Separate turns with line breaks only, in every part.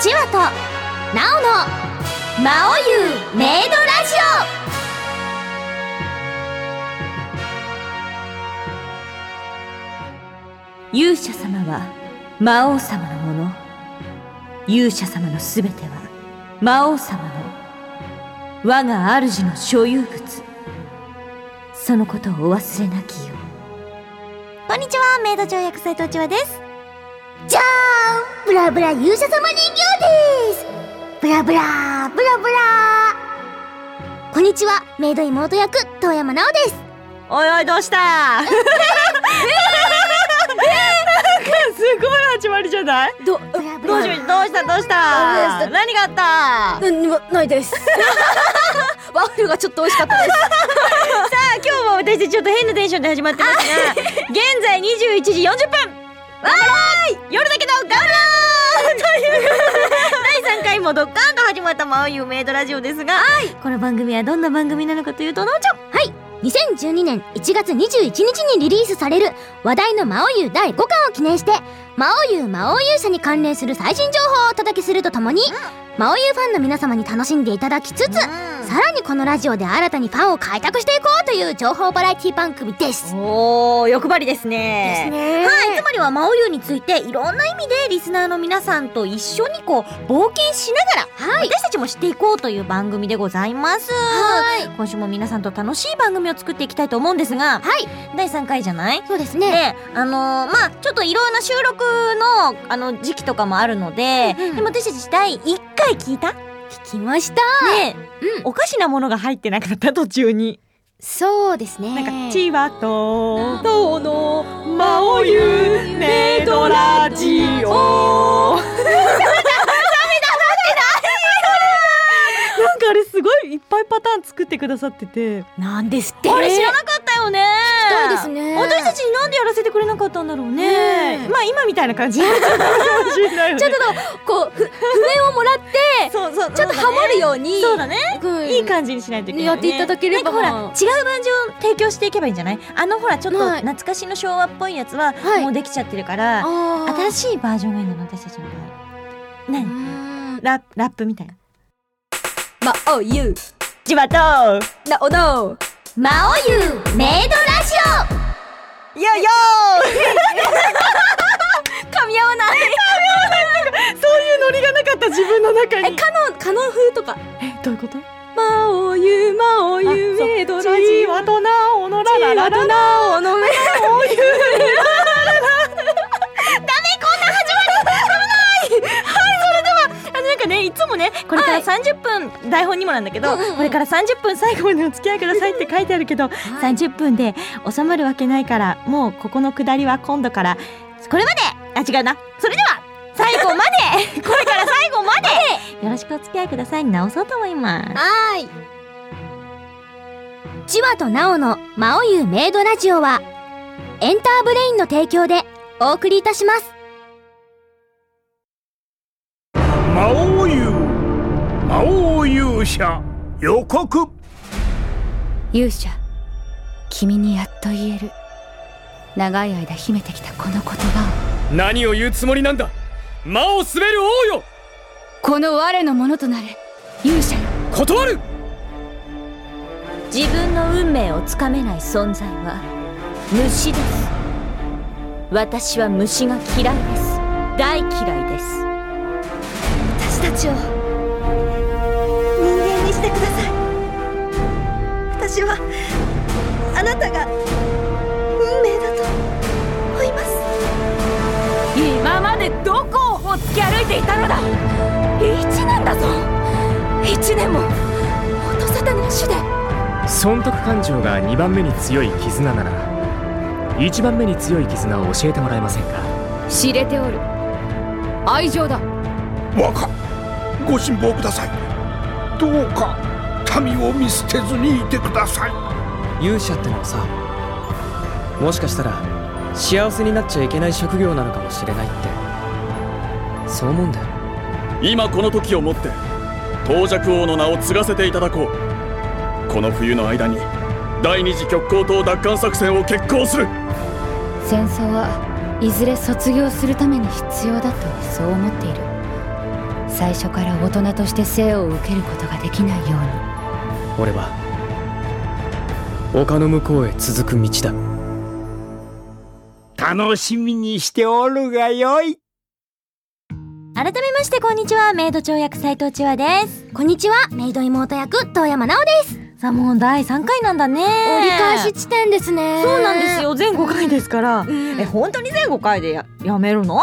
ちわとなおのまおゆメイドラジオ勇者様は魔王様のもの勇者様のすべては魔王様の我が主の所有物そのことをお忘れなきよ
こんにちは、メイド長役斎藤千和です。じゃーんブラブラ勇者様人形ですブラブラブラブラこんにちは、メイド妹役、遠山奈緒です。
おいおいどうしたなんかすごい始まりじゃない
ど、
ブラブ
どうしどうしたどうした何があった
何にもないです。 ワッフルがちょっと美味しかったです。
あ今日も私たちちょっと変なテンションで始まってますが 現在21時40分わーい夜だけど頑張ろう という第3回もドッカーンと始まった「まおゆメイドラジオ」ですが、この番組はどんな番組なのかというとのうちょ
2012年1月21日にリリースされる話題の魔王優第5巻を記念して魔王優魔王勇者に関連する最新情報をお届けするとともに、魔王優ファンの皆様に楽しんでいただきつつ、さらにこのラジオで新たにファンを開拓していこうという情報バラエティ番組です。
おー欲張りですね
ね
はい、つまりは魔王湯についていろんな意味でリスナーの皆さんと一緒にこう冒険しながら、私たちもしていこうという番組でございます。
はい。
今週も皆さんと楽しい番組を作っていきたいと思うんですが、
はい。
第3回じゃない
そうです
で
ね。、
あのーまあちょっといろんな収録のあの時期とかもあるので、
うんうん
でも私たち第1回聞いた
聞きました。
ね、
うん
おかしなものが入ってなかった途中に。
そうですね。
なんか、チワと、との、まおゆ、メイドラジ オ。ダメだ、ダメだなんかあれすごいいっぱいパターン作ってくださってて
なんですって。
あれ知らなかったよね
そうですね。
私たちになんでやらせてくれなかったんだろうね
ねえ
まあ今みたいな 感じ ちょっ
ちょっとこうふ譜 面をもらって
そうそう
ちょっとハモるように
そうだね
うん
いい感じにしないといけない、ね、
やっていただければ
なんかほら違うバージョン提供していけばいいんじゃないあのほらちょっと
はい
懐かしの昭和っぽいやつは
はい
もうできちゃってるから、
あ
新
し
しいバージョンがいいの私たちの場合
い
ねララップみたいな
まおゆ
ジバと
なおの
魔王優メイドラジ
よよ
噛み合わない
ーそういうノリがなかった自分の中
えカノンカノン風とか
えどういうこと
まおゆまおゆメイドラジ
ジ
オ
ワとなおのらららら
なおのめ
あのなんかねいつもねこれから30分、台本にもなんだけど、これから30分最後までお付き合いくださいって書いてあるけど、30分で収まるわけないからもうここの下りは今度からこれまであ違うなそれでは最後までこ れから最後までよろしくお付き合いください直そうと思います
はーい。チワとナオの魔王優メイドラジオは、エンターブレインの提供でお送りいたします。
魔王優魔王勇者予告
勇者君にやっと言える長い間秘めてきたこの言葉を
何を言うつもりなんだ魔を滑る王よ
この我のものとなれ勇者よ
断る
自分の運命をつかめない存在は虫です私は虫が嫌いです大嫌いです
私たちを、人間にしてください。私は、あなたが、運命だと思います。
今までどこをおつき歩いていたのだ一年だぞ一年も音沙汰なしで
損得感情が2番目に強い絆なら1番目に強い絆を教えてもらえませんか
知れておる愛情だ
若ご辛抱くださいどうか民を見捨てずにいてください
勇者ってのはさもしかしたら幸せになっちゃいけない職業なのかもしれないってそう思うんだよ
今この時をもって東尺王の名を継がせていただこうこの冬の間に第二次極光島奪還作戦を決行する
戦争はいずれ卒業するために必要だとそう思っている
最初から大人として生を受けることができないように
俺は丘の向こうへ続く道だ
楽しみにしておるがよい
改めましてこんにちはメイド長役斉藤千和ですこんにちはメイド妹役遠山奈緒です
さあもう第3回なんだね折
折り返し地点ですね
そうなんですよ全5回ですからえ本当に全5回でややめるの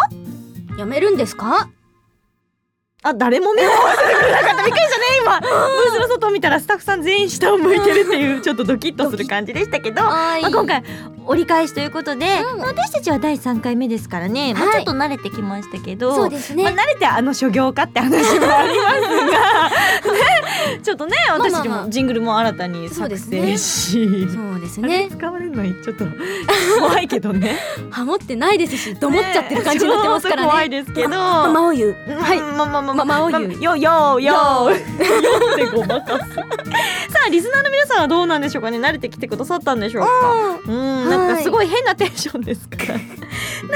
やめるんですか
あ誰も目を合わせてくれなかったびっくりしたね 今ブースの外見たらスタッフさん全員下を向いてるっていうちょっとドキッとする感じでしたけど
は
まあ、今回折り返しということで、まあ私たちは第3回目ですからね、まあ、
はい
ちょっと慣れてきましたけど、
そうです
まあ、
ね
慣れてあの所業かって話もあり ますが、ね、ちょっとね
まあ
私たち
まあ
もジングルも新たに作成し、
そうです
あれ
ね
使われるのにちょっと怖いけどね
ハモってないですしどもっちゃってる感じになってますから
ちょっと
ね
怖いですけど、
魔王湯
はい、まあまあまあまあ
まあ
まあ
まあまあ
よよよよってごまかす。さあリスナーの皆さんはどうなんでしょうかね慣れてきてくださったんでしょうか。うん、なんかすごい変なテンションですから。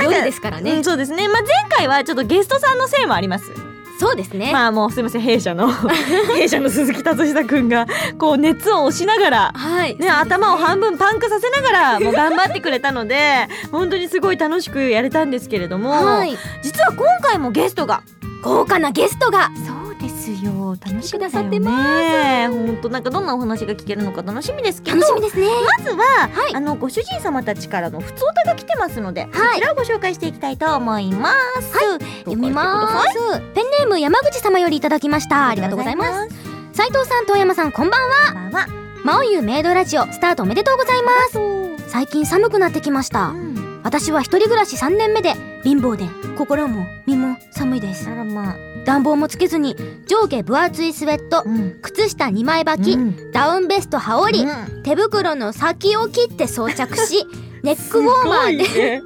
夜ですから
う
ね
ん、そうですね。まあ前回はちょっとゲストさんのせいもあります。
そうですね
まあもうすみません弊社の弊社の鈴木達久くんがこう熱を押しながら。
はい
ね、頭を半分パンクさせながらもう頑張ってくれたので本当にすごい楽しくやれたんですけれども、
はい
実は今回もゲストが
豪華なゲストが
そうですよ楽しみだ
くださ
よ
って
ね本当なんかどんなお話が聞けるのか楽しみですけど
楽しみですね
まずは、
はい
あのご主人様たちからの普通歌が来てますので、そちらをご紹介していきたいと思いますはい
読みますペンネーム山口様よりいただきましたありがとうございます
す
斉藤さん遠山さんこんばんは
こんばんは
マオユメイドラジオスタートおめでとうございます最近寒くなってきました
うん
私は一人暮らし3年目で貧乏で心も身も寒いです
あらまあ、
暖房もつけずに上下分厚いスウェット
うん
靴下2枚履き、
うん
ダウンベスト羽織、
うん
手袋の先を切って装 着しネックウォーマーで、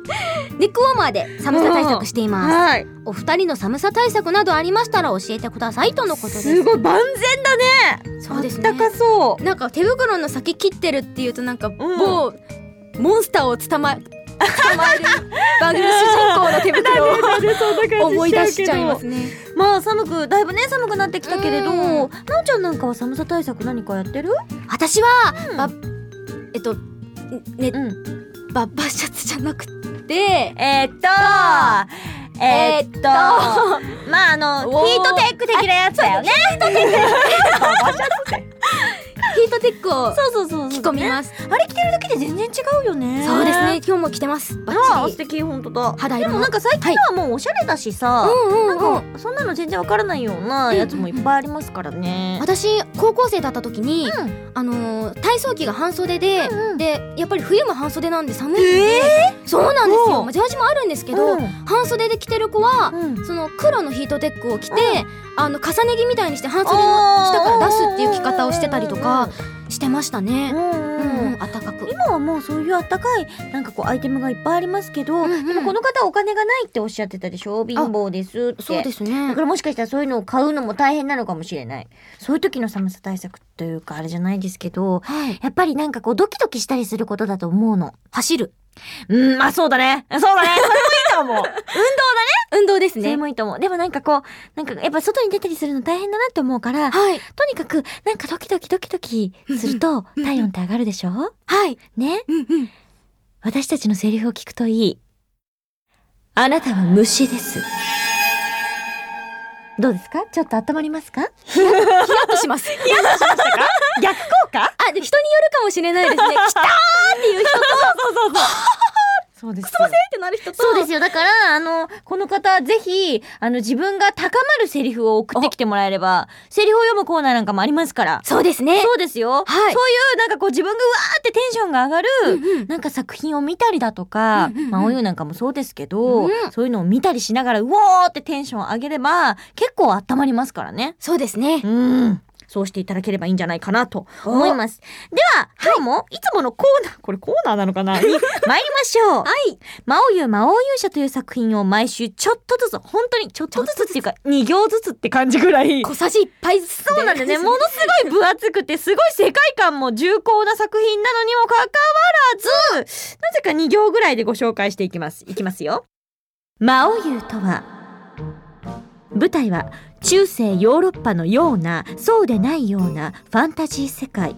ネックウォーマーで寒さ対策しています、
はい
お二人の寒さ対策などありましたら教えてくださいとのことです
すごい万全だね
そうです
あ
ね
ったかそ
なんか手袋の先切ってるっていうとなんか
ん
某モンスターを捕ま捕まえる番組の主人公の手
うで そんな感じしちゃうけ
袋
ど
を思い出しちゃいますね
まあ寒くだいぶね寒くなってきたけれど、
うん
なおちゃんなんかは寒さ対策何かやってる？
私は、
うん
ばえっとね
うん。
バッバシャツじゃなくて
えーっとえーっとまああの
おー
ヒートテック的なやつだよね。
ヒートテックを
そうそうそう
着込みます、
あれ着てるだけで全然違うよね。
そうですね。今日も着てますバ
あ
ッ
あ
チ
素
リ
敵本当だ。
肌
で
色
も
の
なんか最近はもうおしゃれだしさ、
うんうんうん
なんかそんなの全然わからないようなやつもいっぱいありますからね。
私高校生だった時に、
うん
あのー体操着が半袖で、
うんうん
でやっぱり冬も半袖なんで寒いので、そうなんです
お
よ、
う
まあ、ジャージもあるんですけど、
うん
半袖で着てる子は、
うん
その黒のヒートテックを着て、あの重ね着みたいにして半袖の下から出すっていう着方をしてたりとかしてました
う
ね、
ん
う
うん
ん
う
うんん、暖かく
今はもうそういうあったかいなんかこうアイテムがいっぱいありますけど、
うんうん
でもこの方はお金がないっておっしゃってたでしょ貧乏ですって
そうです
だ
ね
からもしかしたらそういうのを買うのも大変なのかもしれないそういう時の寒さ対策というかあれじゃないですけど
はい
やっぱりなんかこうドキドキしたりすることだと思うの
走る
うんまあそうだねそうだねそれ もいいと思う
運動です
それ
ね
もいいと思うでもなんかこうなんかやっぱ外に出たりするの大変だなって思うから
はい
とにかくなんかドキドキドキドキすると体温って上がるでしょ
はい
ね
うんうん
私たちのセリフを聞くといい。あなたは虫です。どうですかちょっと温まりますか
ヒヤッとします
逆効果
あでも人によるかもしれない ですね来たーっていう人と
そうです。くそません
ってなる人と
そうですよ。だから、あの、この方、ぜひ、あの、自分が高まるセリフを送ってきてもらえれば、セリフを読むコーナーなんかもありますから。
そうですね
そうですよ。
はい
そういう、なんかこう、自分がうわーってテンションが上がる、
うんうん
なんか作品を見たりだとか、
うんうんうん
まあ、お湯なんかもそうですけど、
うん
そういうのを見たりしながら、うおーってテンションを上げれば、結構温まりますからね。
そうですね
うん。そうしていただければいいんじゃないかなと思います。では、今日もいつものコーナー、これコーナーなのか なに参りましょう。はい。魔王優魔王勇者という作品を毎週ちょっとずつ、本当にちょっとずつっていうか、2行ずつって感じぐらい。
小さじ1杯ずつ
そうなんだね。ものすごい分厚くて、すごい世界観も重厚な作品なのにもかかわらず、なぜか2行ぐらいでご紹介していきます。いきますよ。魔王優とは、舞台は中世ヨーロッパのようなそうでないようなファンタジー世界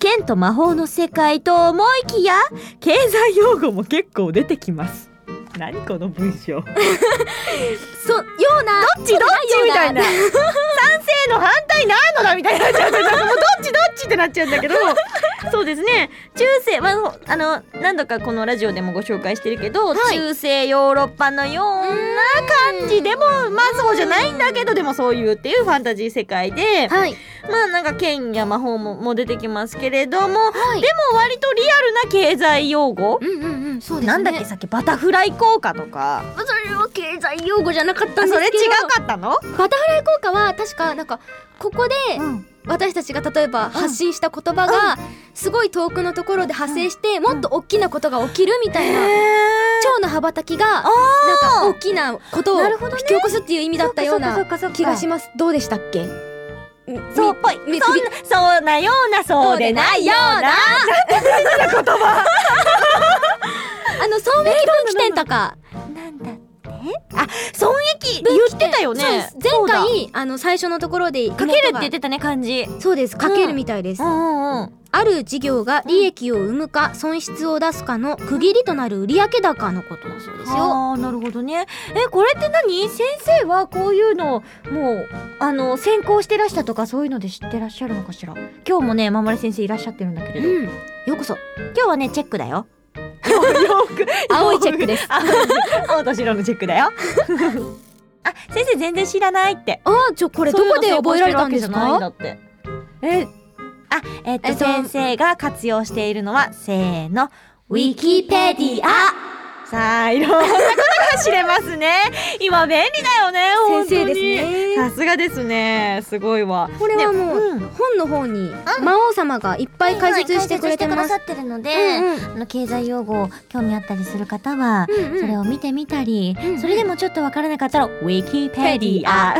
剣と魔法の世界と思いきや経済用語も結構出てきます何この 文章
そような
どっちどっちみたいな賛成の反対なのだみたいになっちゃうんだけどもうどっちどっちってなっちゃうんだけど そうですね中世、まあ、あの何度かこのラジオでもご紹介してるけど、中世ヨーロッパのような感じでもまあそうじゃないんだけどでもそういうっていうファンタジー世界で、
はい
まあなんか剣や魔法もも出てきますけれども、でも割とリアルな経済用語、
うんうんうんそうですね
なんだっけさっきバタフライ効果とか。
それは経済用語じゃなかった
あ
んで
そ
す
れ違
けど
かったの
バタフライ効果は確かなんかここで
うん
私たちが例えば発信した言葉がすごい遠くのところで派生してもっと大きなことが起きるみたいな蝶の羽ばたきがなんか大きなことを
な
引
るほどね
き起こすっていう意味だったような気がし
ま
ますどうでしたっけ
すそうっぽいそん
み
なそうなようなそうでないような
あの損益分岐点とか
なんだってあ損益言ってたよね
そうです前
そうだ
回あの最初のところで
かけるって言ってたね漢字
そうですかけるみたいです、
んうん
ある事業が利益を生むか損失を出すかの区切りとなる売上高のことだそうですよ
あーなるほどねえこれって何先生はこういうのもうあの専攻してらしたとかそういうので知ってらっしゃるのかしら今日もねままれ先生いらっしゃってるんだけれ
う
ど、
んようこそ
今日はねチェックだ よよく
青いチェックです
青い 青と白のチェックだ よあ先生全然知らないって
ああじゃあこれどこで覚えられたんですか
そういうの成功してるわけじゃないんだってあえっと
えっと
先生が活用しているのはせーのウィキペディアさあいろんなことが知れますね今便利だよね本
先
当に
生ですね
さすがですねすごいわ
これはもう
うん
本の方に魔王様がいっぱい解説してくれてます
ってるの
うんうん
あの経済用語興味あったりする方は、それを見てみたり、それでもちょっとわからなかったら、ウィキペディア。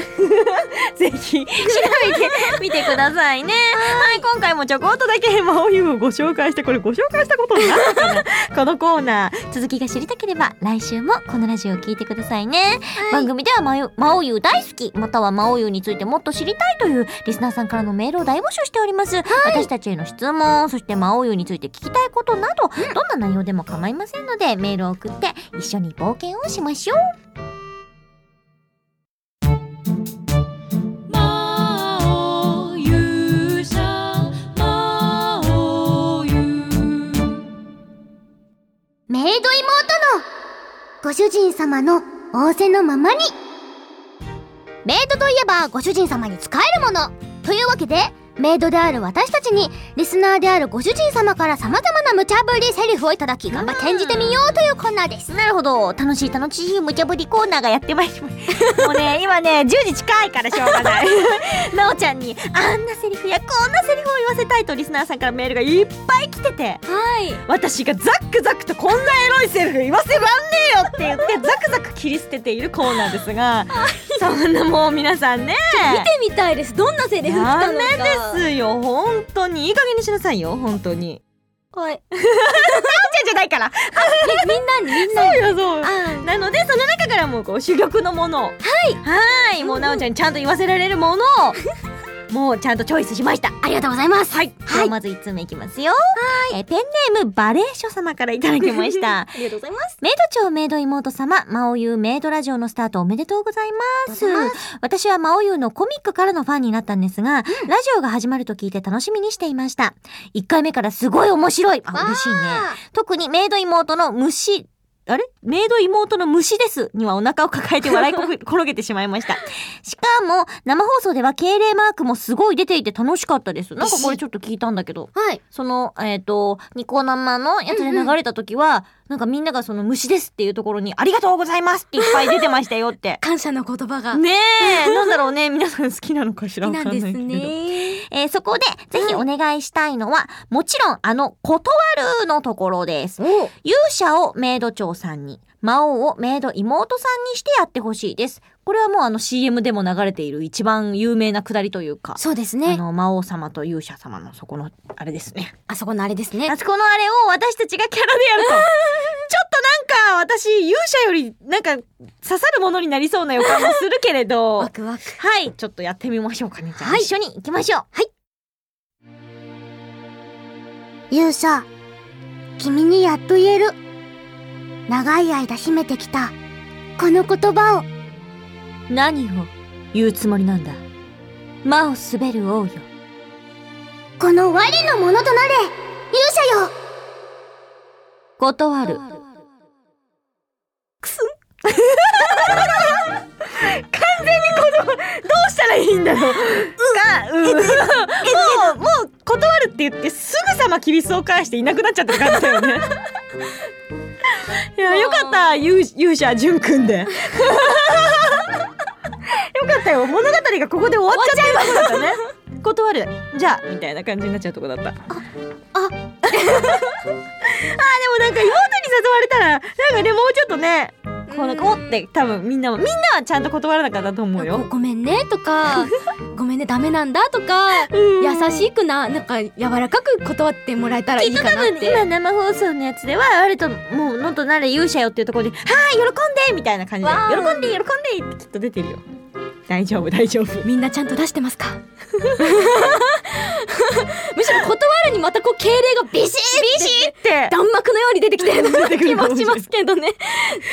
ぜひ、調べてみてくださいね。はい、今回もちょこっとだけ魔王湯をご紹介して、これご紹介したことになる かなこのコーナー、続きが知りたければ、来週もこのラジオを聞いてくださいね。番組では魔王魔王湯大好き、または魔王湯についてもっと知りたいというリスナーさんからのメールを大募集しております。私たちへの質問、そして魔王湯について聞きたいことなど、どんな内容でも構いませんのでメールを送って一緒に冒険をしましょう
メイド妹のご主人様の仰せのままにメイドといえばご主人様に仕えるものというわけでメイドである私たちにリスナーであるご主人様から様々な無茶ぶりセリフをいただき頑張って演じてみようというコーナーです
なるほど楽しい楽しい無茶ぶりコーナーがやってまいりましたもうね今ね10時近いからしょうがない なおちゃんにあんなセリフやこんなセリフを言わせたいとリスナーさんからメールがいっぱい来てて
はい
私がザックザクとこんなエロいセリフ言わせらんねえよって言ってザクザク切り捨てているコーナーです がそんなもう皆さんね
見てみたいですどんなセリフ来た
ダ
のか
メですよ本当にいい加減にしなさいよ本当に
はい
ちゃんじゃないから
みんなにみんなに
そうよそうよ
あ
なのでその中からもこう珠玉のものをはいはーいもうなおちゃんにちゃんと言わせられるものをもうちゃんとチョイスしました
ありがとうございますはい
ではまず1つ目いきますよえーペンネームバレーショ様からいただきました
ありがとうございます
メイド長メイド妹様魔王優メイドラジオのスタートおめでとうございます私は魔王優のコミックからのファンになったんですが、ラジオが始まると聞いて楽しみにしていました1回目からすごい面白いあ嬉しいね特にメイド妹の虫あれメイド妹の虫ですにはお腹を抱えて笑い こ転げてしまいました。しかも、生放送では敬礼マークもすごい出ていて楽しかったです。なんかこれちょっと聞いたんだけど、
はい
その、えっ、と、ニコ生のやつで流れた時は、なんかみんながその虫ですっていうところに、ありがとうございますっていっぱい出てましたよって。
感謝の言葉 が
ね え、なんだろうね。皆さん好きなのかしら
好
わ
き
か
なんん
な
で
いけ
す
れど。
ね
えーそこで、ぜひお願いしたいのは、もちろん、あの、断るのところです。勇者をメイド長さんに、魔王をメイド妹さんにしてやってほしいです。これはもうあの CM でも流れている一番有名なくだりというか、
そうです
あ
ね。
の魔王様と勇者様のそこのあれですね。
あそこのあれですね。
あそこのあれを私たちがキャラでや ると。ちょっとなんか私勇者よりなんか刺さるものになりそうな予感もするけれど。
ワクワク。
はい、ちょっとやってみましょうかね。じゃあ、
はい
一緒に行きましょう。
勇者、君にやっと言える。長い間秘めてきた、この言葉を。
何を言うつもりなんだ魔を滑る王よ。
この我のものとなれ勇者よ
断る。くすん。完全にこの、どうしたらいいんだろう。が、うん、もう、もう断るって言って、すぐさまキリスを返していなくなっちゃった感じだよね。 いや、よかった、勇勇者、淳くん で。よかったよ、物語がここで終わっちゃってるとこだったね。 断る、じゃあ、みたいな感じになっちゃうとこだ った。でもなんか妹に誘われたらなんかねもうちょっとねこうなんかおって多分みんなもみんなはちゃんと断らなかったと思う
ご
よ。
ごめんね とかごめんねダメなんだとか優しくななんか柔らかく断ってもらえたらいいかなって
今生放送のやつでは割ともうのとなれ勇者よっていうところで「はい喜んで!」みたいな感じで
わ
「
ー
喜んで喜んで!」ってきっと出てるよ。大丈夫大丈夫。
みんなちゃんと出してますか むしろ断るにまたこう敬礼がビシッビシッ
って
弾幕のように出てきてる
出てく
気
るか
も
もし
し
れない
ますけど ね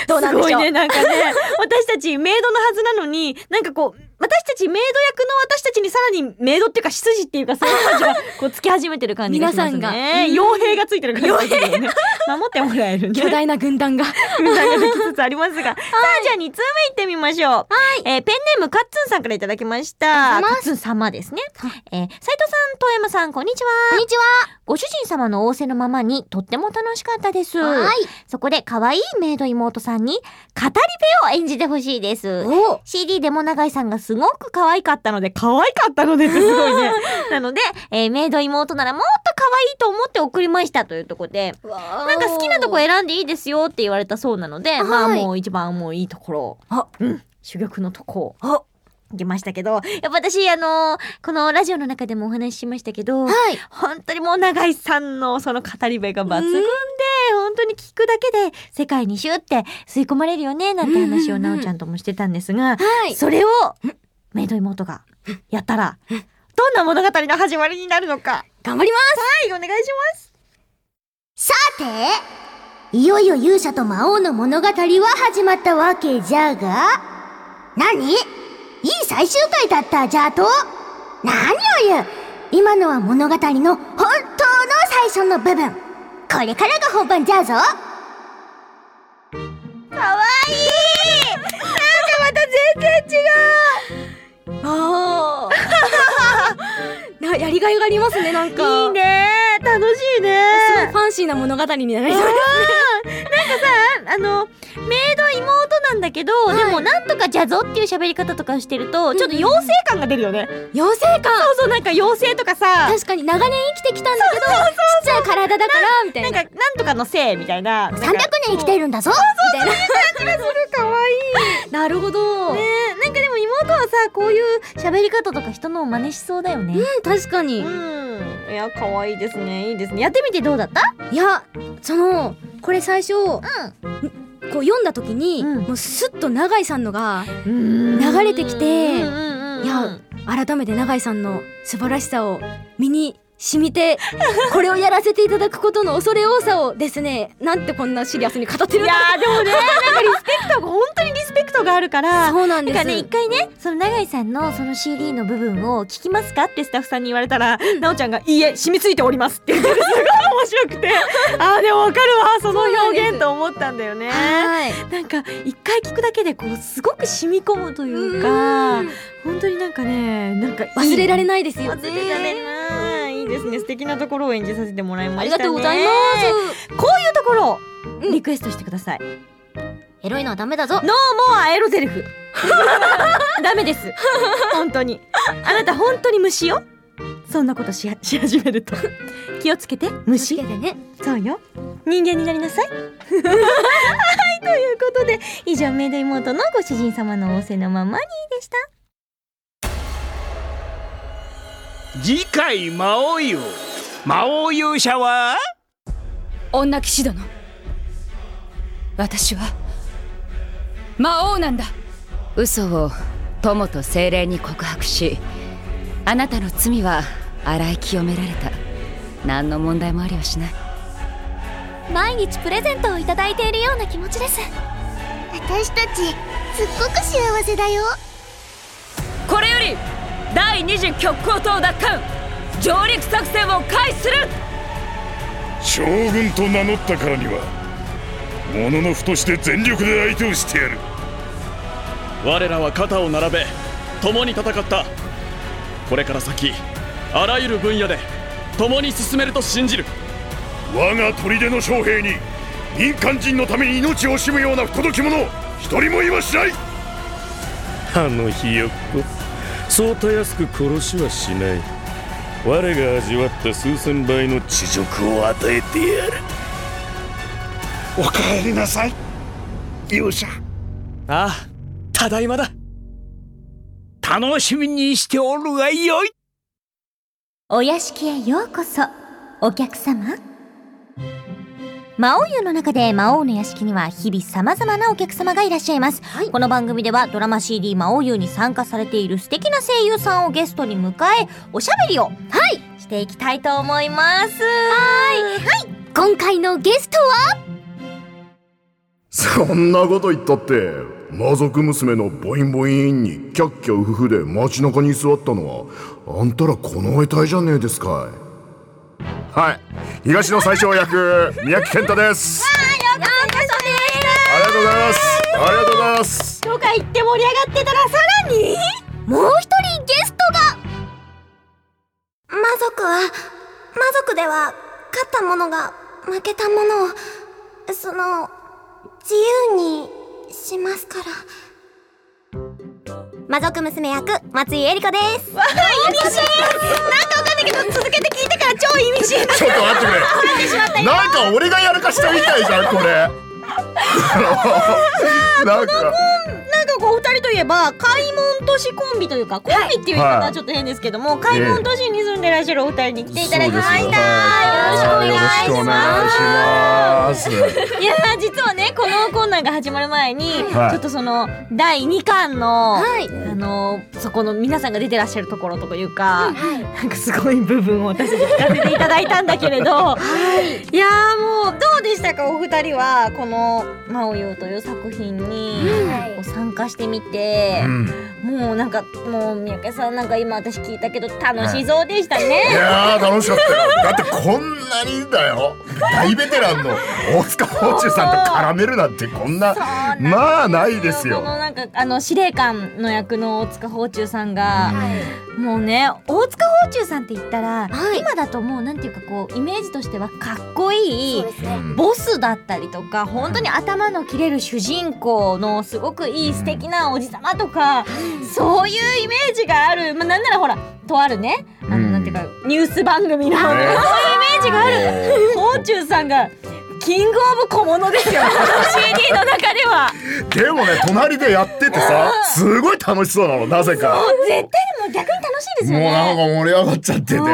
どうなん
す
で
ご
し
い
ょう、
ねなんか ね私たちメイドのはずなのになんかこう私たちメイド役の私たちにさらにメイドっていうか執事っていうかそういう感じがこうつき始めてる感じがしますね
皆さんがうん
傭兵がついてる感じですけどね守ってもらえるね
巨大な 軍団が
分断ができつつありますが、さあじゃあ2通目いってみましょう、えーペンネームカッツンさんからいただきました
ありがとうございます
カッツン様ですね、えー斉藤さん遠山さんこんにちは
こんにち
ご主人様の仰せのままにとっても楽しかったです
ははーい
そこで可愛いメイド妹さんに語り部を演じてほしいです。
お
CD でも永井さんがすごく可愛かったので、可愛かったの でってすごいね。なので、えーメイド妹ならもっと可愛いと思って送りましたというところで、
な
なんか好きなとこ選んでいいですよって言われたそうなので、まあもう一番もういいところを、うん、珠玉のとこを。行きましたけど、やっぱ私、あのーこのラジオの中でもお話ししましたけど、
はい
本当にもう永井さんのその語り部が抜群で、本当に聞くだけで世界にシュって吸い込まれるよね、なんて話をなおちゃんともしてたんですが、
はい
それを、メイド妹がやったら、どんな物語の始まりになるのか。
頑張ります
はい、お願いします。
さていよいよ勇者と魔王の物語は始まったわけじゃが何いい最終回だったじゃと何を言う今のは物語の本当の最初の部分これからが本番じゃぞ
かわいいなんかまた全然違
あー なやりがいがありますねなんか
ういいね楽しい
すごい
ね
ファンシーな物語になりそう
あの、メイド妹なんだけど、でもなんとかじゃぞっていう喋り方とかしてると、ちょっと妖精感が出るよね。
妖精感
そうそう、なんか妖精とかさ、
確かに長年生きてきたんだけどちっちゃい体だからみたい
な
なん
か、なんとかのせいみたいな。
300年生きているんだぞ
みたい
かわいい。
ななるほど、
ねえなんかでも妹はさ、こういう喋り方とか人のを真似しそうだよね。
うん確かに
ん。いや、可愛いですね。いいですね。やってみてどうだった
いやそのこれ最初、こう読んだ時に、
うん
もうスッと永井さんのが
流
流れてきて
うんうんうんうん
いや改めて永井さんの素晴らしさを身に染みて これをやらせていただくことの恐れ多さをですねなんてこんなシリアスに語ってるん
い
だ
やーでもね、なんかリスペクトが、本当にリスペクトがあるから、
そうなん
な
で
ん
す
かね一回ねその永井さんのその CD の部分を聞きますかってスタッフさんに言われたら、なおちゃんが「いいえ染みついております」って言って てすごい面白くてあーでもわかるわその表現と思ったんだよねな
はい
んか一回聞くだけでこうすごく染み込むというか
うん
本当になんかねなんかいい
忘れられないですよ
忘
ね
れられないいいですね素敵なところを演じさせてもらいま
あ
し
り
たね
がとうございます
こういうところをリクエストしてください、
エロいのはダメだぞ
ノーモアエロゼルフ ダメです本当にあなた本当に虫よそんなことしし始めると気をつけて
気をつ
虫
けてね
そうよ人間になりなさいはいということで以上メイド妹のご主人様の仰せのままにでした
次回魔王優魔王勇者は
女騎士殿私は魔王なんだ嘘を友と精霊に告白しあなたの罪は洗い清められた何の問題もありはしない
毎日プレゼントをいただいているような気持ちです私たちすっごく幸せだよ
これより第二次極光島奪還上陸作戦を開始する
将軍と名乗ったからにはもののふとして全力で相手をしてやる
我らは肩を並べ共に戦ったこれから先あらゆる分野で共に進めると信じる
我が砦の将兵に民間人のために命を惜しむような不届き者一人もいはしない
あのひよっこそうたやすく殺しはしない我が味わった数千倍の恥辱を与えてやる
おかえりなさい勇者
ああただいまだ
楽しみにしておるがよい
お屋敷へようこそお客様魔王湯の中で魔王の屋敷には日々様々なお客様がいらっしゃいます、この番組ではドラマ CD 魔王湯に参加されている素敵な声優さんをゲストに迎えおしゃべりをはいしていきたいと思いますはいはい今回のゲストは
そんなこと言ったって魔族娘のボインボインにキャッキャウフフで街中に座ったのはあんたらこの絵体じゃねえですかいはい東の最小役三宅健太です
ようこそ
ありがとうございますありがとうございます
とか言って盛り上がってたらさらに
もう一人ゲストが
魔族は魔族では勝った者が負けた者をその自由にしますから
魔族娘役松井絵理子です
わあ意味深なんかわかんないけど続けて聞いてから超意味深
ちょっと待ってくれ
折れてしまった今
なんか俺がやらかしたみたいじゃん これな
なん
んか
かこうお二人といえば開門都市コンビというかコンビっていう言い方はちょっと変ですけども、開門都市に住んでらっしゃるお二人に来ていただきました、
そうですよ
はいよろしくお願いします
ますよろしくお願いします
いやー実はねこのコーナーが始まる前に、
はい
ちょっとその第2巻の、
はい
あのーそこの皆さんが出てらっしゃるところというか、なんかすごい部分を私たち聞かせていただいたんだけ れど、い、やーもうどうでしたかお二人はこの「マオヨという作品に、こう参加してみて、もうなんかもう三宅さんなんか今私聞いたけど楽しそうでしたね。
いやー楽しかったよだってこんなにだよ大ベテランの大塚芳忠さんと絡めるなんてこんなまあないですよ
このなんかあの司令官の役の大塚芳忠さんが、もうね大塚芳忠さんって言ったら、今だともうなんていうかこうイメージとしてはかっこいい、ボスだったりとか本当に頭の切れる主人公のすごくいい素敵なおじさまとか、そういうイメージがある、まあ、なんならほらとあるねあの、なんていうかニュース番組の、
ね
そういうイメージがある芳忠さんがキングオブ小物ですよ CD の中では。
でもね隣でやっててさすごい楽しそうなのなぜか
もう絶対もう逆に楽しいですよ
もう
ね。
なんか盛り上がっちゃってて
うん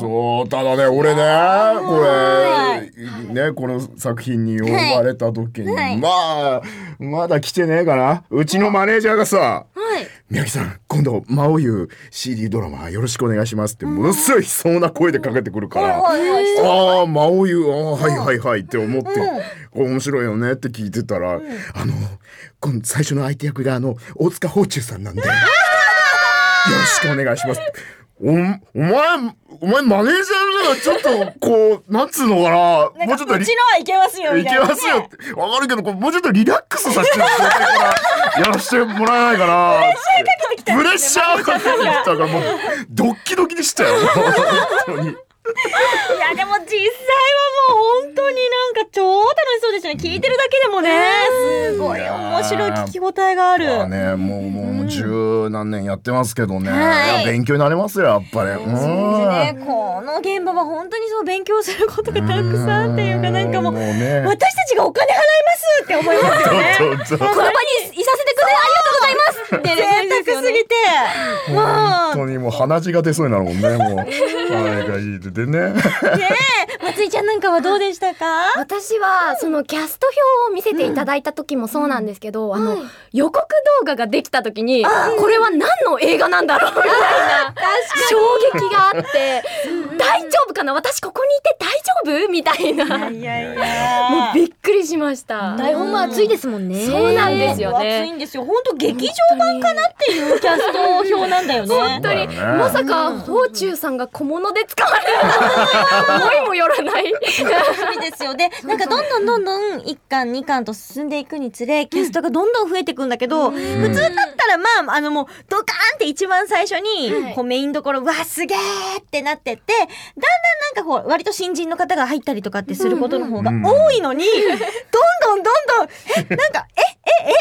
そうただね俺ねこれねこの作品に呼ばれた時に、
はい
まあまだ来てねえかなうちのマネージャーがさ
はい
「宮城さん今度魔王優 CD ドラマよろしくお願いします」ってものすごい悲壮な声でかけてくるから「あ
はいはい
あ魔王優ああはいはいはい」って思って「これ面白いよね」って聞いてたら、あのこの最初の相手役があの大塚芳忠さんなんで。よろしくお願いします。お、お前、お前マネージャーだからちょっと、こう、なんつうのかな、もうちょっと
う
リ、
ちのはいけますよみ
い
たい
け
な、ね。
ますよって、わかるけど、こうもうちょっとリラックスさせてもらえないから、やらせてもらえないかな。プレッシャーかけてきたから、もう、ドッキドキでしたよ。本当に
いやでも実際はも本当になんか超楽しそうでしたね。聞いてるだけでもね、すごい面白い聞き応えがある。
まあね、もう、もう、十何年やってますけどね。
はい
いや勉強になりますよ、やっぱり。うん
ね、この現場は本当にそう勉強することがたくさんっていうかなんかもう
もうね。。
私たちがお金払いますって思い ますよね
そうそうそう
この場にいさせてくれありがとうございますって贅沢すぎて。も
本当にもう鼻血が出そうになるもんね、もう。あれがいいってでね。
う、ねえ、松井ちゃんなんかはどうでしたか
私は、そのキャスト表を見せていただいた時もそうなんですけど、あの、予告動画ができた時に、これは何の映画なんだろうみたい な、衝撃があって、大丈夫かな私ここにいて大丈夫みたいな。
いやいや
もうびっくりしました。
台本も熱いですもんね
そうなんですよね。
熱いんですよ。本当劇場版かなっていうキャスト表なんだよね。
本当に、
そうだよね
まさか、宝中さんが小物で使われるとは思いもよらない。
楽しみですよ。 で、なんかどんどんどんどん1巻2巻と進んでいくにつれ、キャストがどんどん増えていくんだけど、普通だったらまあ、あのもうドカーンって一番最初
は
に、
い
こうメインどころ、うわ、すげーってなってって、だんだんなんかこう、割と新人の方が入ったりとかってすることの方が多いのに、どんどんどんどん、え、なんか、え、え、え、え、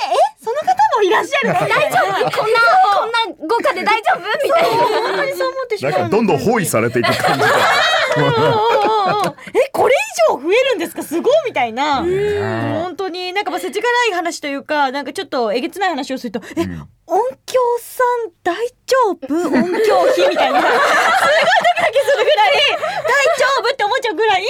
その方もいらっしゃる
大丈夫こんな、こんな豪華で大丈夫みたいな。
そう本当にそう思ってしま
な
うんの
かどんどん包囲されていく感じが。
えこれ以上増えるんですかすごいみたいな本当になんかまあ世知辛い話というかなんかちょっとえげつない話をすると、え音響さん大 丈夫音響費みたいなすごいドキドキするぐらい大丈夫って思っちゃうぐらい、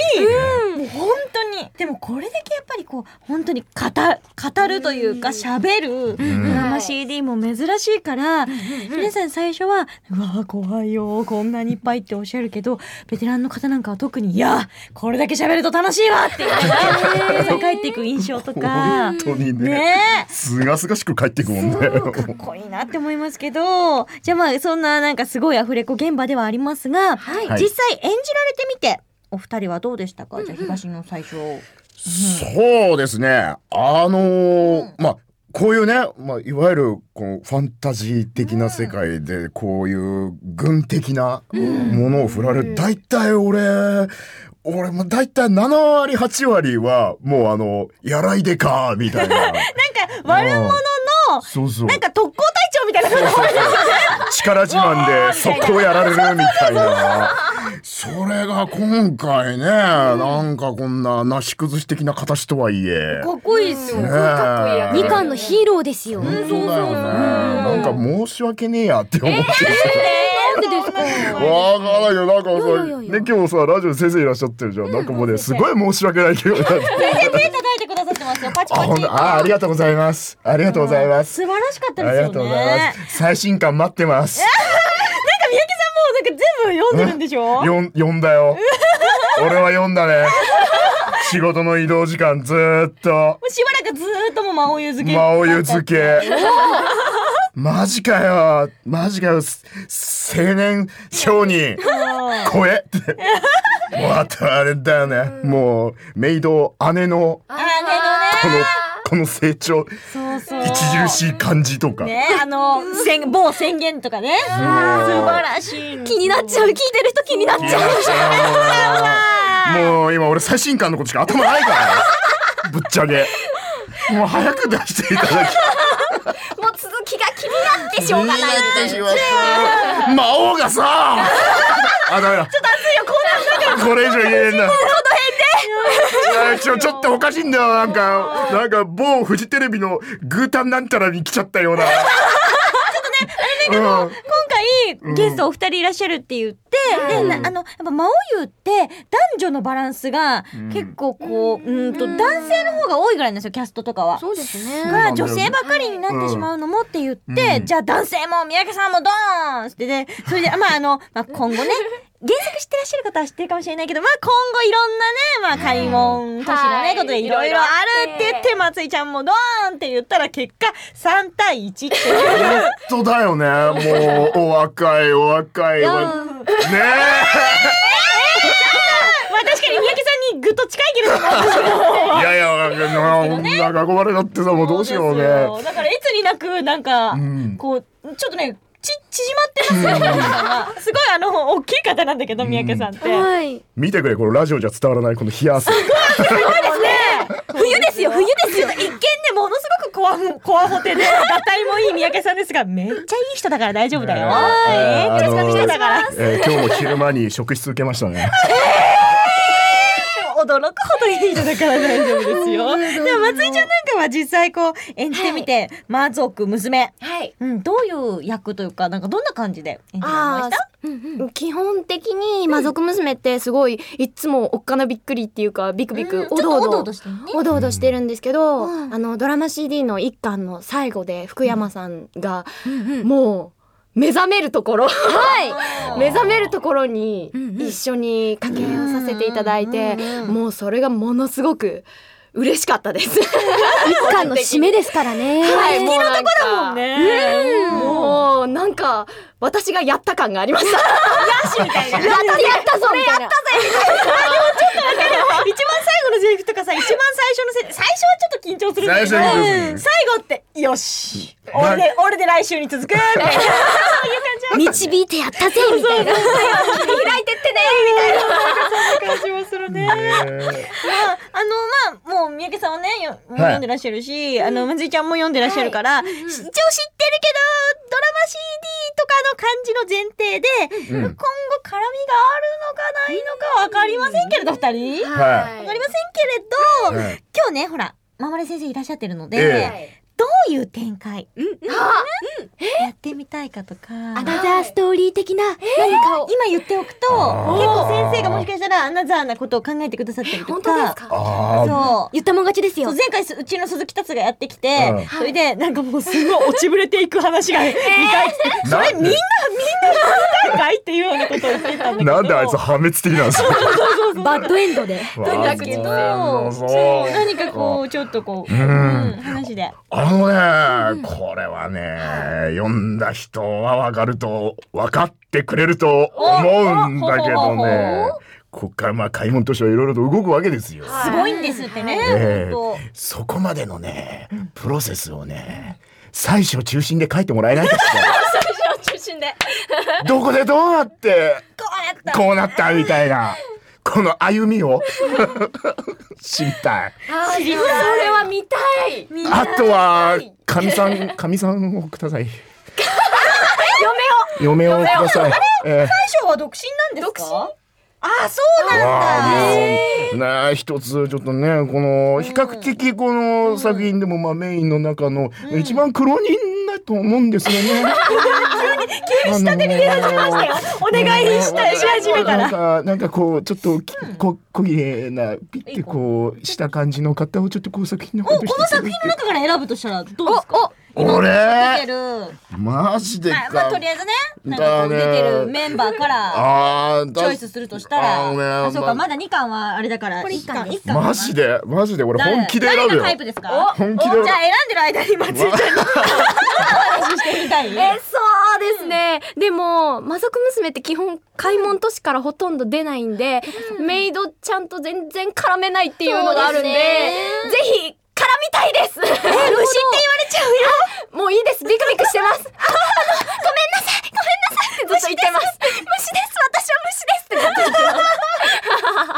もう本当にでもこれだけやっぱりこう本当に語語るというか喋るドラマ CD も珍しいから、皆さん最初は「うわー怖いよーこんなにいっぱい」っておっしゃるけどベテランの方なんかは特に「いやーこれだけ喋ると楽しいわ」って言って皆さん帰っていく印象とか。
本当に
ね
ね。すがすがしく帰っていくもんね。
かっこいいなって思いますけど、じゃあまあそんななんかすごいアフレコ現場ではありますが、
はい
実際演じられてみて、お二人はどうでしたか、じゃあ東の最初。
そうですね。あのーまあ、こういうね、まあ、いわゆる、このファンタジー的な世界で、こういう軍的なものを振られる。大体俺、俺も大体7割、8割は、もうあの、やらいでか、みたいな。
なんか悪者の、
そうそう。
なんか特攻隊長みたいな感じですよね。
力自慢で速攻やられるみたいな。それが今回ね、なんかこんななし崩し的な形とはいえ。
っこいいです
よねえかっこいい役
二巻のヒーローですよ
本当だよね。なんか申し訳ねえやって思って。わからないよなんかさね今日さラジオ先生いらっしゃってるじゃんなんかもうねすごい申し訳ない けど
先生手叩いてくださってます よ。パチ
あ
パチ。
本当あありがとうございますありがとうございます
素晴らしかった
あり
です
が
よ
とうございま
ね。
す最新刊待ってます
なんか三宅さんもなんか全部読んでるんでしょ
よん読んだよ俺は読んだね仕事の移動時間ずーっと
もうしばらくずーっともう魔王湯漬け。
魔王湯漬け
お
マジかよマジかよす青年商人
ー
怖えってもうあとあれだよねもうメイド姉の
あー
このこの成長
でもね。そうそう。
著しい感じとか、
ねあの宣某宣言とかね素晴らしい気になっちゃう聞いてる人気になっち
もう今俺最新刊のことしか頭ないからぶっちゃけもう早く出していただき
もう続きが気になってしょうがない
気になってしまった魔王がさあダメだこれ以上言えないちょちょっとおかしいんだよなんかなんか某フジテレビのグータンなんたらに来ちゃったような
あれねでも、
うん
今回ゲストお二人いらっしゃるって言って、でなあのやっぱ魔王湯って男女のバランスが結構こう、うん、と男性の方が多いぐらいなんですよキャストとかは。そうですねが女性ばかりになってしまうのもって言って、
うん
じゃあ男性も三宅さんもドーンってでそれでまああの、まあ、今後ね。原作知ってらっしゃる方は知ってるかもしれないけど、まあ今後いろんなね、まあ開門都市のね、
はい
ことでいろいろあるって言って、松井ちゃんもドーンって言ったら結果3対1っていう。
本当だよねもうお若いお若いお若いね
まあ確かに三宅さんにぐっと近いけれども。
いやいやなんかなんか憧れだってさもうどうしようね
だからいつになくなんか、こうちょっとねち、縮まってますよ、皆さんは。すごい、あの、大きい方なんだけど、三宅さんって。はい。
見てくれこのラジオじゃ伝わらないこの冷や汗
冬ですよ、冬ですよ。一見ね、ものすごくコアホ、コアホテで、がたいもいい三宅さんですが、めっちゃいい人だから大丈夫だよ。
あ
めっちゃ
の
近く人だから。
えー今日も昼間に職質受けましたね
驚くほどいい人だから大丈夫ですよ。 でも松井ちゃんなんかは実際こう演じてみて、魔族娘、うん、どういう役というかなんかどんな感じで演じられました
あー基本的に魔族娘ってすごいいつもおっかなびっくりっていうかビクビクおどお
ちょっとおどおど
ど
してるね
おどおどしてるんですけど、あのドラマ CD の一巻の最後で福山さんがもう目覚めるところ、はい、目覚めるところに一緒に掛け合いをさせていただいて、もうそれがものすごく嬉しかったです。
一巻の締めですからね。
はい、
もうなんか
ね。もうなんか私がやった感がありました。やしみたいな。やったやったぞみたいな。やったぜみたい
わかる
な。
わ一番最後のセリフとかさ一番最初のせ最初はちょっと緊張するんだけど
最初に緊張する
最後って「よし俺で俺で来週に続く」みたいなそういう感じ
導いてやったぜみたいな
開いてってねみたいなそんな感じもするね。まあ、あの、まあ、もう、三宅さんはね、よ
い
読んでらっしゃるし、あの、松井ちゃんも読んでらっしゃるから、し一応知ってるけど、ドラマ CD とかの感じの前提で、
うん
今後絡みがあるのかないのかわかりませんけれど、二人。
はい
わかりませんけれど、
はい
今日ね、ほら、ままれ先生いらっしゃってるので、
え
どういう展開、やってみたいかとか。ア
ナザーストーリー的な
何かを、今言っておくと結
あー
構先生がもしかしたらアナザーなことを考えてくださったりとか本当ですか
ああ
そう言ったもん勝ちですよ前回すうちの鈴木達がやってきて、
うん
それでなんかもうすごい落ちぶれていく話が見たいっつって、
ー
それみんなみんな
なんで
見たいかいっていうようなことを言ってたんだけど
なんであいつ破滅的なんですか
バッドエンドでだけど
わあ
そ
そうう
何かこうちょっとこう、
うん
うん話で
あのね、これはね、読んだ人はわかると、分かってくれると思うんだけどね、こっからまあ買い物としてはいろいろと動くわけですよ。
すごいんですってね、
ええ
本
そこまでのね、プロセスをね、最初中心で書いてもらえないですか
当中心で
どこでどうなって、
こうやった
こうなったみたいな、この歩みを知りたい。
あー
知りたい
それは見たい。
見
あとは、かみさん、かみさんをく ださい。嫁をください。ええ
大将は独身なんですかああそうなんだ
ねえ一つちょっとねこの比較的この作品でもまあメインの中の一番苦労人だと思うんですよね。
急に下手に出始めましたよお願いしたし始めた
な
ら
んかなんかこうちょっときこ小綺麗なピッてこうした感じの方をちょっとこう作品の
お
方
この作品の中から選ぶとしたらどうですか
おお
今
俺
出てる
マジで
まあまあ
か
とりあえずねなんかこう出てるメンバーから
あー
チ
だ
ョイスするとしたら
あーごめん
あそうか
ま
まだ2巻はあれだから1巻一巻
マジでマジで俺
誰
本気で選ぶ
誰
よ
がタイプですか
本気で
おじゃあ選んでる間に松井ちゃんに話してみたい
えそうですね、でも魔族娘って基本開門都市からほとんど出ないんで、メイドちゃんと全然絡めないっていうのがあるんで
そうで
ぜひ絡みたい です虫って言われ
ちゃうよ
もういいですビクビクしてますああのごめんなさいごめんなさいってずっと言ってます虫です私は虫ですってずっと言ってます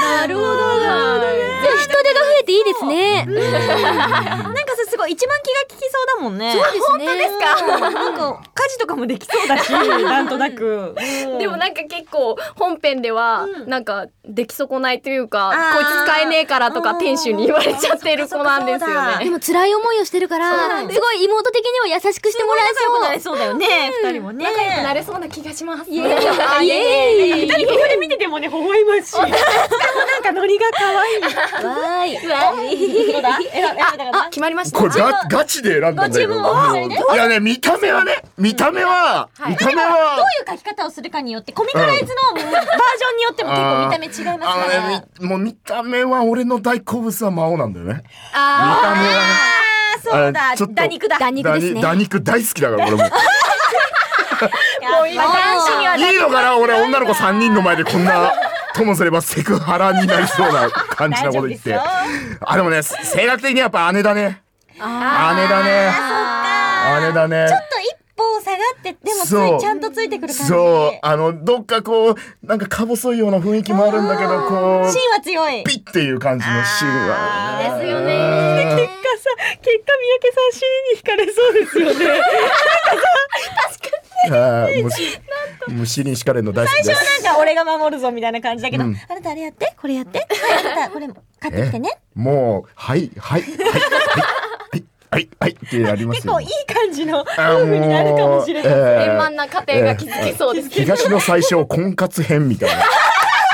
なるほどなるほどね
人手が増えていいですね
なんかさすごい一番気が利きそうだもんね。
そうですね
本当ですか。なんか家事とかもできそうだし、なんとなく。
でもなんか結構本編ではなんか出来損ないというか、
あー
こいつ使えねえからとか店主に言われちゃってる子なんですよね。
でも辛い思いをしてるからすごい妹的には優しくしてもらえそう
二人もね。
仲良くなれそうな気がします。
イエーイ
あ
二人ここで見ててもね微笑ましい。しかもなんかノリが可愛い。
わーい
わーいどうだ選べ選べたかな
決まりました
これガガチで選んだんだけど
ご注文は
もういやね見た目はね見た目は見た目は
どういう書き方をするかによってコミカライズのバージョンによっても結構見た目違いますか
あ
ら。
のねみもう見た目は俺の大好物は魔王なんだよね
あーそう
あ
だ
れちょっと
打肉だ打
ダニ肉大好きだから俺も
もう今男子には打肉
いいのかな俺女の子3人の前でこんなともすればセクハラになりそうな感じなこと言って
大丈
あでもね性格的にやっぱ姉だね姉だね姉だね
ちょっと一
ってでもつ
そ
いうちゃんとついてくる感じ
そうあのどっかこうなんかか細いような雰囲気もあるんだけどこう
芯は強い
ピッっていう感じの芯は
ですよね結果さ結果三宅さん C に惹かれそうですよねなんかさ確
あ
か
ー
に
もうしもうシリンシカレンの大好き
最
で
初
す
なんか俺が守るぞみたいな感じだけど、
うん
あなたあれやってこれやってはいあなたこれ買ってきてね
もうはいはいはいはいはいはいはいってやります
結
よ
構いい感じの
あ
夫婦になるかもしれない、
もうえー
円満な家庭が築けそうですけど、
東の最小婚活編みたいなよ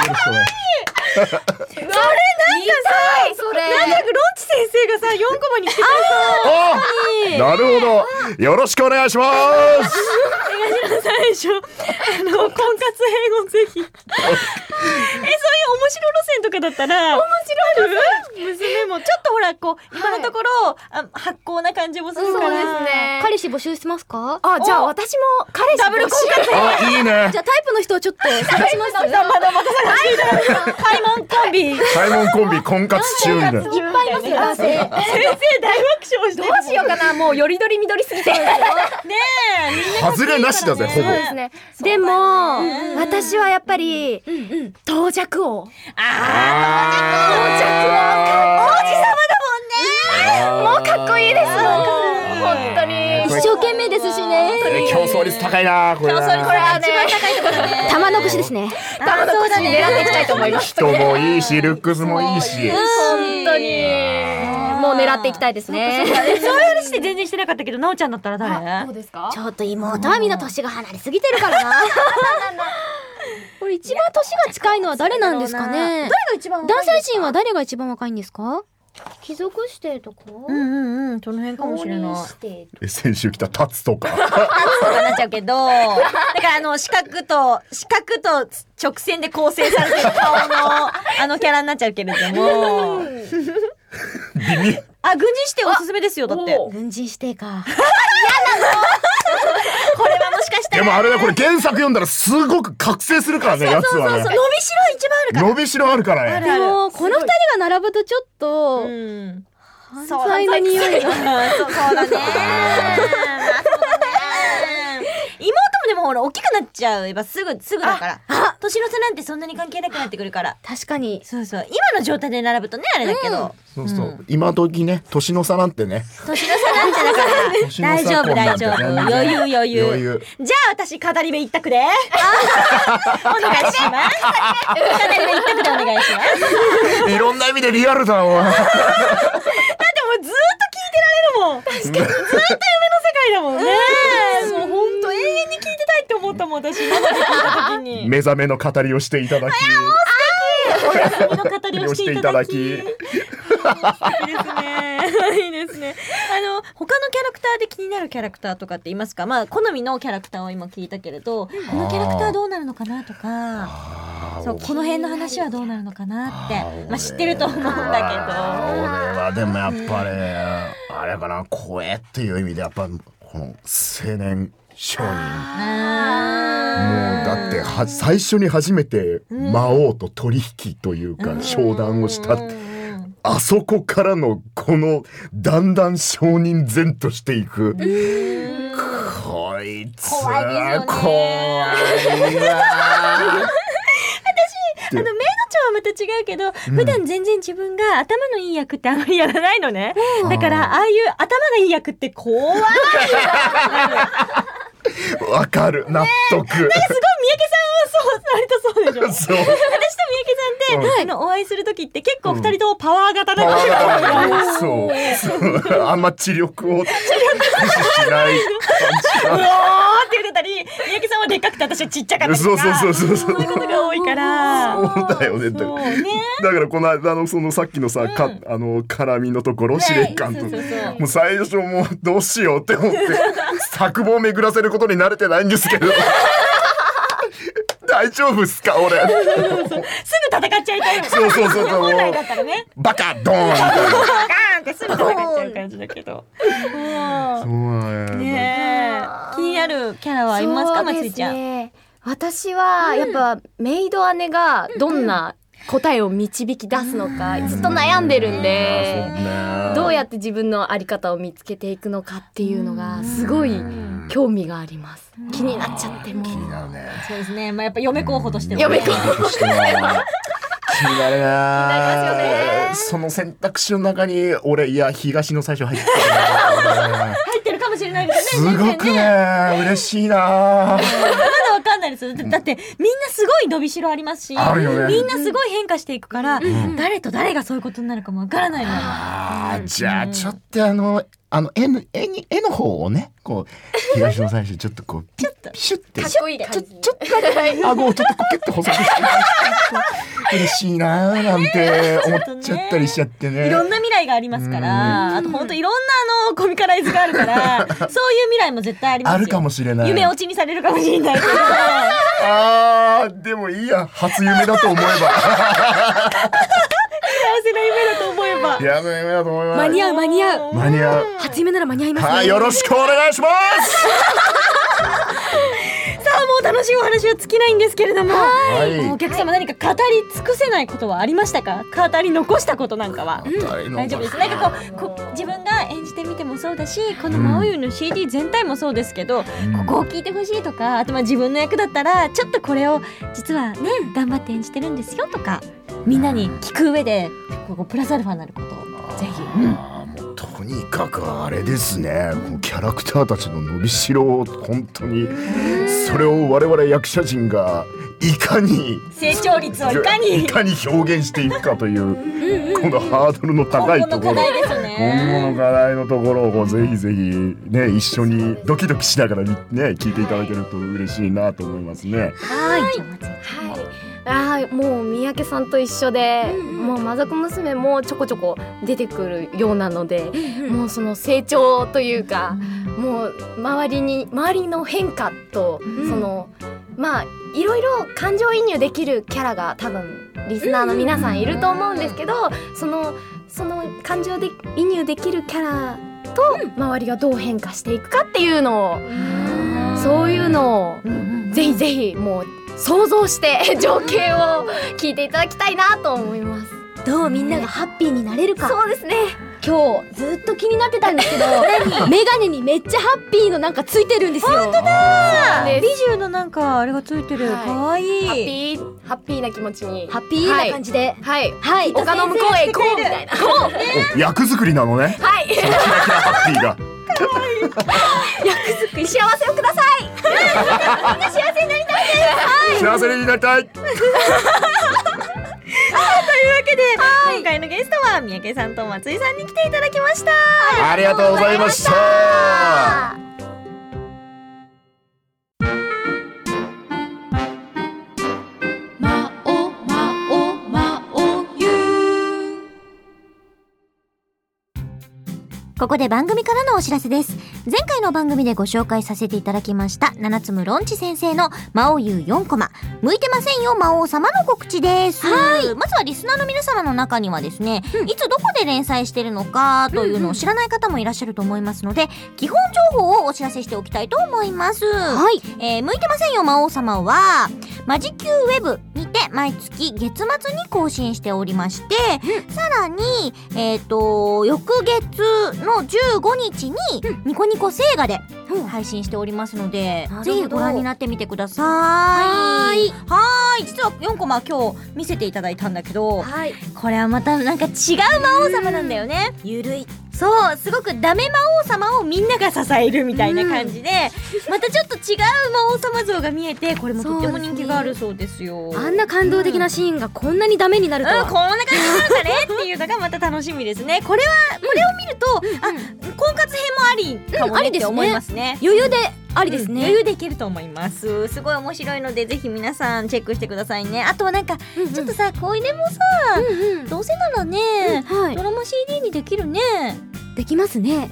ろしくお願いし
それなんかさ
見たいそれ
なんかロッチ先生がさ4コマにしてく
ます
れ
なるほどよろしくお願いします
江頭最初あ の婚活編を ぜひえそういう面白路線とかだったら
面白い
路線娘もちょっとほらこう今のところ、あ発酵な感じもするから、
彼氏募集してますか
あじゃあ私も彼氏
ダブル婚活
あいいね
じゃあタイプの人をちょっと探 します
タイプの人まだまだ探していただきます開門コンビいっ
サイモンコンビ婚活中みたいな
ぱいいますよ
あ
先生大爆笑し
ど
て
うしようかなもうよりどりみどりすぎてね
外れなしだぜほぼ
ですねでも、私はやっぱり、到着王
あ
王子様だもんねもうかっこいいですもん本当に
一生懸命ですしね
えー競争率高いなこれは
は
ね一番高いところね
玉残しですね
玉の腰に狙っていきたいと思います
人もいいしルックスもいいし
本当にもう狙っていきたいですね
そういう話って全然してなかったけどなおちゃんだったら誰どうですか
ちょっと妹はみんな年が離れすぎてるからな
これ一番年が近いのは誰なんですかね
誰が一番若いんで
男
すか
性陣は誰が一番若いんですか
貴族指定とか
うんうんうんその辺かもしれない
指定
え先週来たタツとか
そうなっちゃうけど、だからあの、四角と、四角と直線で構成されてる顔の、あのキャラになっちゃうけれども。あ、軍人指定おすすめですよ、だって。
軍人指定か。
これはもしかした
で
ら。
もあれだこれ原作読んだらすごく覚醒するからねやつはね
そうそうそう伸びしろ一番あるから。
伸びしろあるからね
でもこの二人が並ぶとちょっと犯
そう
罪の匂いが
そうそう だね。妹もでもほら大きくなっちゃえばすぐすぐだから年の差なんてそんなに関係なくなってくるから
確かに
そうそう今の状態で並ぶとねあれだけど、
そうそう今時ね年の差なんてね
年の差なんてだから
年の
大
差
丈
婚
夫
な
大
んて
丈夫余裕余裕
余 裕
じゃあ私語り部一択で お願いします語り部一択でお願いしますだっても
いろんな意味でリアルだわ
うずーっと聞いてられるもん確かにずーっと夢の世界だもんねもうほんと永遠に聞いてたいって思ったもん私今まで聞いた時 に
目覚めの語りをしていただき
お休みの語りをしていた だき
していただ
いいですね。いいですね。あの他のキャラクターで気になるキャラクターとかっていますか。まあ好みのキャラクターを今聞いたけれど、このキャラクターどうなるのかなとか、そうこの辺の話はどうなるのかなって、まあ知ってると思うんだ
俺はでもやっぱり、あれかな声っていう意味でやっぱこの青年商人もうだっては最初に初めて魔王と取引というか商談をしたってあそこからのこのだんだん商人然としていくこいつ怖いわ
けど。あのメイド長はまた違うけど、普段全然自分が頭のいい役ってあんまりやらないのね。だからああいう頭がいい役って怖い。
わかる納得
なんかすごい三宅さんはそう割とそうでしょ
そう
私と三宅さんって、
うん
あのお会いする時って結構二人ともパワー型な感じ
そうそうあんま知力を駆使しない
う
感
わーって言ってたり三宅さんはでっかくて私はちっちゃかったり
じが
とか
そうそうそうそうそう
そういうことが多いから
そうだよねだだからこの間のそのさっきのさ、かあの絡みのところ司令官と
そうそうそう
もう最初もうどうしようって思って作望を巡らせることに慣れてないんですけど大丈夫っすか 俺
そうそうすぐ戦っちゃいたい
そうそうそうそう
本来だったらね
バカドーンみ
ガ
たいな。
ーンってすぐ戦っちゃう感じだけど
そ
も
うだね
うねえ気になるキャラはいますかまつりちゃん
ん私はやっぱメイド姉がどんな
答えを導き出すのかずっと悩んでるんでどうやって自分の在り方を見つけていくのかっていうのがすごい興味があります気になっちゃっても気になるね
そうですねまあやっぱ嫁候補としては
嫁候補としては
気になるな
気になりますよね
その選択肢の中に俺いや東の最初入ってたな
入ってるかもしれないです
す
よね
ご
全
く
然
ね嬉しいな
まだわかんないですよだだってみんなすごい伸びしろありますし
あるよね
みんなすごい変化していくから、
ん
誰と誰がそういうことになるかもわからないの
あーじゃあちょっとあのあの絵の絵に絵の方をねこう東の最初ちょっとこうピッピシュって
かっこいい感じちょっ
と顎をちょっとこうキュッて細くして嬉しいなーなんて思っちゃったりしちゃってね
いろんな未来がありますからあと本当いろんなあのコミカライズがあるからそ ういう未来も絶対ありますよ
あるかもしれない
夢落ちにされるかもしれないけ ど
あーでもいいや初夢だと思え
幸せな夢だと思えば
ばいや夢だと思えば
間に合う間に合う
間に合う
初夢なら間に合いますね
はいよろしくお願いします
さあもう楽しいお話は尽きないんですけれども
はい
もうお客様何か語り尽くせないことはありましたか語り残したことなんかは、
り残した
大丈夫ですなんかこうこ自分が演じてみてもそうだしこの「真央湯」の CD 全体もそうですけど、ここを聞いてほしいとかあとまあ自分の役だったらちょっとこれを実はね頑張って演じてるんですよとかみんなに聞く上でこうプラスアルファになることをぜひ。うん
とにかくあれですねこうキャラクターたちの伸びしろを本当にそれを我々役者陣がいかに
成長率をいかに
いかに表現していくかという
うんうん
このハードルの高いとこ
今後
ろ
の課題ですね
今後の課題のところをこうぜひぜひね一緒にドキドキしながらね聞いていただけると嬉しいなと思いますね。
はいはいあーもう三宅さんと一緒で、もう魔族娘もちょこちょこ出てくるようなので、もうその成長というか、もう周りに周りの変化と、そのまあいろいろ感情移入できるキャラが多分リスナーの皆さんいると思うんですけど、そのその感情で移入できるキャラと周りがどう変化していくかっていうのを、そういうのを、ぜひぜひもう想像して情景を聞いていただきたいなと思います。
どうみんながハッピーになれるか
そうですね
今日ずっと気になってたん ですけど
何
メガネにめっちゃハッピーのなんかついてるんですよ
本当
だ
美獣のなんかあれがついてる、
はい
かわいい
ハッピーハッピーな気持ちにハッ
ピーな感じで
はい、
はい
丘の向こうへ行こうみたいなこう
お役作りなのね。
はい
そのキラキラハッピーが。
役作り幸せをくださいみんな幸せになりたいです
幸せになりたい。
さあというわけで、今回のゲストは三宅さんと松井さんに来ていただきました
ありがとうございました。
ここで番組からのお知らせです。前回の番組でご紹介させていただきました、七つむろんち先生の魔王優4コマ、向いてませんよ魔王様の告知です。はい。まずはリスナーの皆様の中にはですね、いつどこで連載してるのかというのを知らない方もいらっしゃると思いますので、基本情報をお知らせしておきたいと思います。はい。えー、向いてませんよ魔王様は、マジキューウェブにて毎月月末に更新しておりまして、さらに、えっ、と、翌月の15日にニコニコ星画で配信しておりますので、
るほど
ぜひご覧になってみてください。
はーい
はーい。実は4コマ今日見せていただいたんだけど、これはまたなんか違う魔王様なんだよね。ゆるい。そう、すごくダメ魔王様をみんなが支えるみたいな感じで、またちょっと違う魔王様像が見えて、これもとっても人気があるそうですよ。
あんな感動的なシーンがこんなにダメになるとは、
うん、こんな感じになるかねっていうのがまた楽しみですね。これは、これを見ると、あ、婚活編もありかも
うんあり
ねっ
ですね
て思いますね。
余裕でありですね
うん余裕でいけると思います。すごい面白いので、ぜひ皆さんチェックしてくださいね。あとはなんか、ちょっとさ、小出もさ、どうせならね、ドラマ CD にできるね。
できますね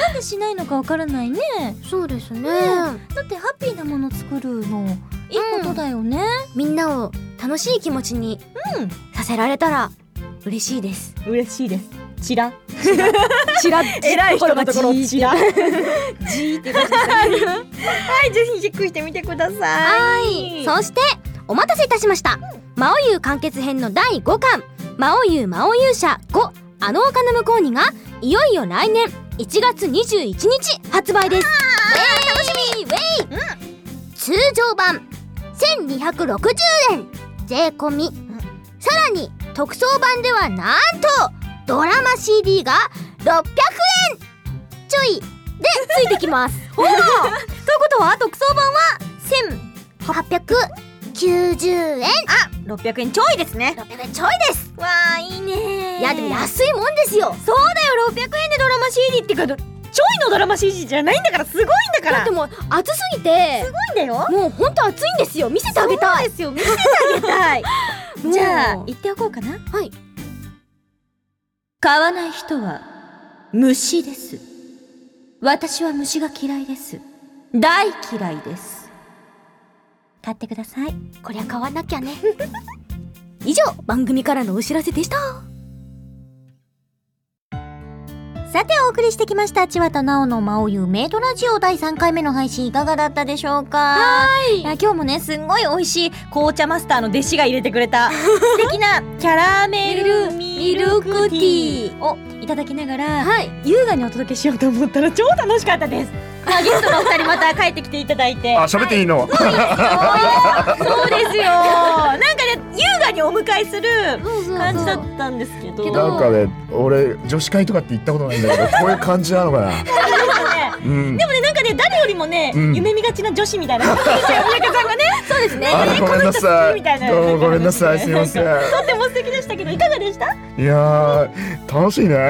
なんでしないのかわからないね。
そうですね
だってハッピーなもの作るの
いいことだよね、みんなを楽しい気持ちにさせられたら嬉しいです
嬉しいですチラ
チラ
偉い人のところ
チ
チ
ラ
ラ
じーって
はい、ぜひチェックしてみてください。
はいそして
お待たせいたしました魔王優完結編の第5巻魔王優魔王勇者5あの丘の向こうにがいよいよ来年1月21日発売です楽しみウェイ、通常版1260円税込みさらに特装版ではなんとドラマ CD が600円ちょいでついてきます おおということは特装版は1890円あ
600円ちょいですね
600円ちょいです
わあいいね
いやでも 安いもんですよ
そうだよ600円でドラマ CD ってかどちょいのドラマ CD じゃないんだからすごいんだから
だってもう暑すぎて
すごいんだよ
もうほんと暑いんですよ見せてあげたい
そうですよ見せてあげたいじゃあ行っておこうかな
はい
買わない人は虫です私は虫が嫌いです大嫌いです
買ってくださいこりゃ買わなきゃね以上番組からのお知らせでした
さてお送りしてきました千和と奈緒の魔王ゆメイドラジオ第3回目の配信いかがだったでしょうか
はい
や今日もねすんごい美味しい紅茶マスターの弟子が入れてくれ た素敵なキャラメルミルクティーをいただきながら、優雅にお届けしようと思ったら超楽しかったですまあゲストのお二人また帰ってきていただいて
あ喋っていいの、
そうですよなんかね優雅にお迎えする感じだったんですけど
なんかね俺女子会とかって行ったことないんだけ どこういう感じなのかなうん
でもねなんかね誰よりもね、
うん
夢見がちな女子みたいな感じですよ三宅さんがねそうですね
あごめんなさい
みたいな
どうもごめんなさいすみません
なんかとっても素敵でしたけどいかがでした
いやー楽しいね
よ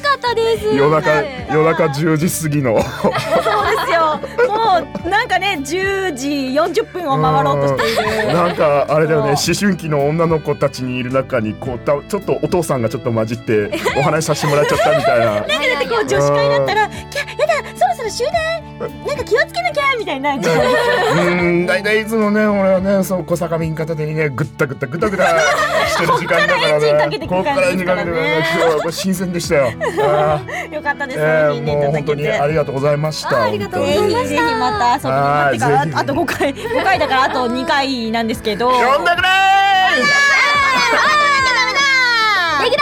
かったです
夜中夜中10時過ぎの
そうですよもうなんかね10時40分を回ろうとしている
なんかあれだよね思春期の女の子たちにいる中にこうたちょっとお父さんがちょっと混じ ってお話しさせてもらっちゃったみたいな
なんかだってこう女子会だったら「キャやだそろそろ終電なんか気をつけなきゃ」みたいな
うん大体いつもね俺はねそう小坂民方手にねぐったぐったぐったぐったしてる時間だからね
こ
こ
っ
っ
か
からら
エン
エンジ
ジン
ン
か
か
け
けてくれ
てくれる
る
ね
今日はこれ新鮮でした よあー
よかったです、
えー、
見に行
も
っ
う本当
ていただけ
に
て
ありがとうございました。
ぜひぜひまた遊びに待ってから
は
あ
いぜ
とあと5回5回だからあと2回なんですけど
呼んでくれ
レギ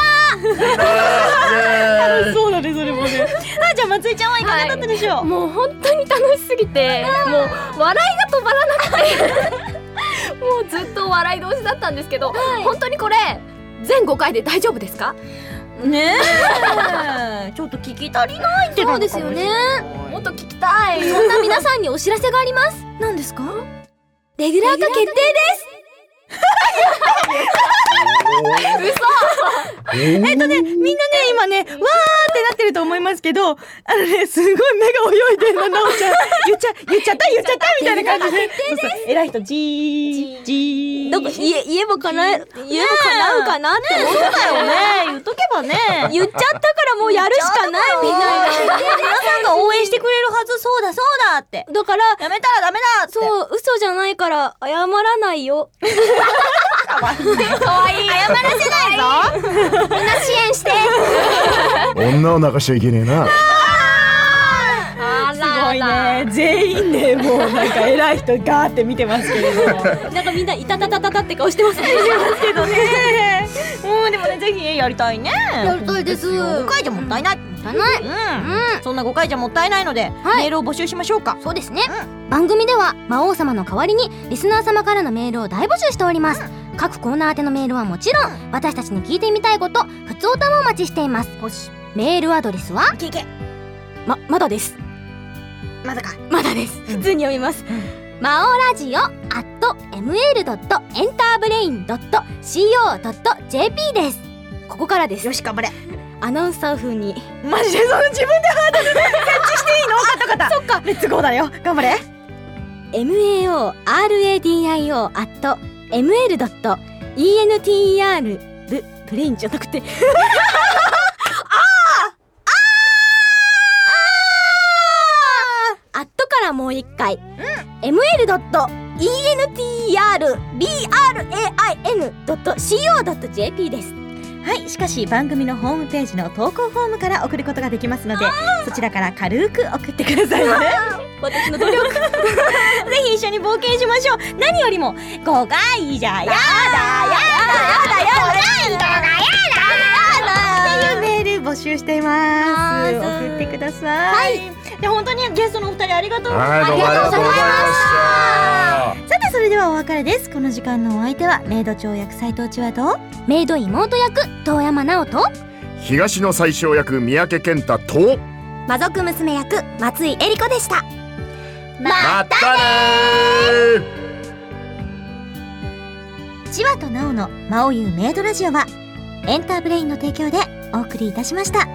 ュラ
楽しそうだねそれもね あじゃあ松井ちゃんはいかがだったでしょう、
もう本当に楽しすぎてもう笑いが止まらなくて もうずっと笑い同士だったんですけど、本当にこれ全5回で大丈夫ですか
ね えちょっと聞き足りないって
そうですよねもっと聞きたいそんな皆さんにお知らせがあります何ですかレギュラー化決定です
えっとねみんなね今ねわーってなってると思いますけどあのねすごい目が泳いでるのなお ちゃん言っちゃ言っちゃった言っちゃったみたいな感じでそうそう偉い人じーじー
なんか言え言えば叶え言えば叶うかなって思っ
そう
た
だよね言っとけばね
言っちゃったからもうやるしかないみたいな
皆さんが 応援してくれるはずそうだそうだって
だから
やめたらダメだって
そう嘘じゃないから謝らないよ可愛い謝らせないぞみんな支援して
女を泣かしちゃいけねえな。
すごいね全員ねもうなんか偉い人ガーって見てます けれども
なんかみんないたたたたたって顔してますね
ですけどねもうでもねぜひやりたいね
やりたいです
5回じゃもったいないもった
いない
うん、そんな5回じゃもったいないので、メールを募集しましょうか
そうですね、番組では魔王様の代わりにリスナー様からのメールを大募集しております、各コーナー宛てのメールはもちろん私たちに聞いてみたいこと普通歌もお待ちしていますメールアドレスは
けけ
ままだです
まだか
まだです普通に読みます、魔王ラジオ at ml.enterbrain.co.jp ですここからです
よし頑張れ
アナウンサー風に
マジでその自分でハードル設置していいの方々そっかレッツゴーだよ頑張れ
maoradio at ml.entr ブブレインじゃなくてあーあーアットからもう一回、ml.enterbrain.co.jp です
はいしかし番組のホームページの投稿フォームから送ることができますのでそちらから軽く送ってくださいね
お
私の努力ぜひ一緒に冒険しましょう何よりも誤解じゃやだやだやだやだやだやだっていうメール募集しています送ってくださいで本当にゲストのお二人ありがとうございましたさてそれではお別れですこの時間のお相手はメイド長役斎藤千和と
メイド妹役遠山直人
東の最小役三宅健太と
魔族娘役松井絵里子でした
またね
千和と直の「魔王優メイドラジオは」エンターブレインの提供でお送りいたしました。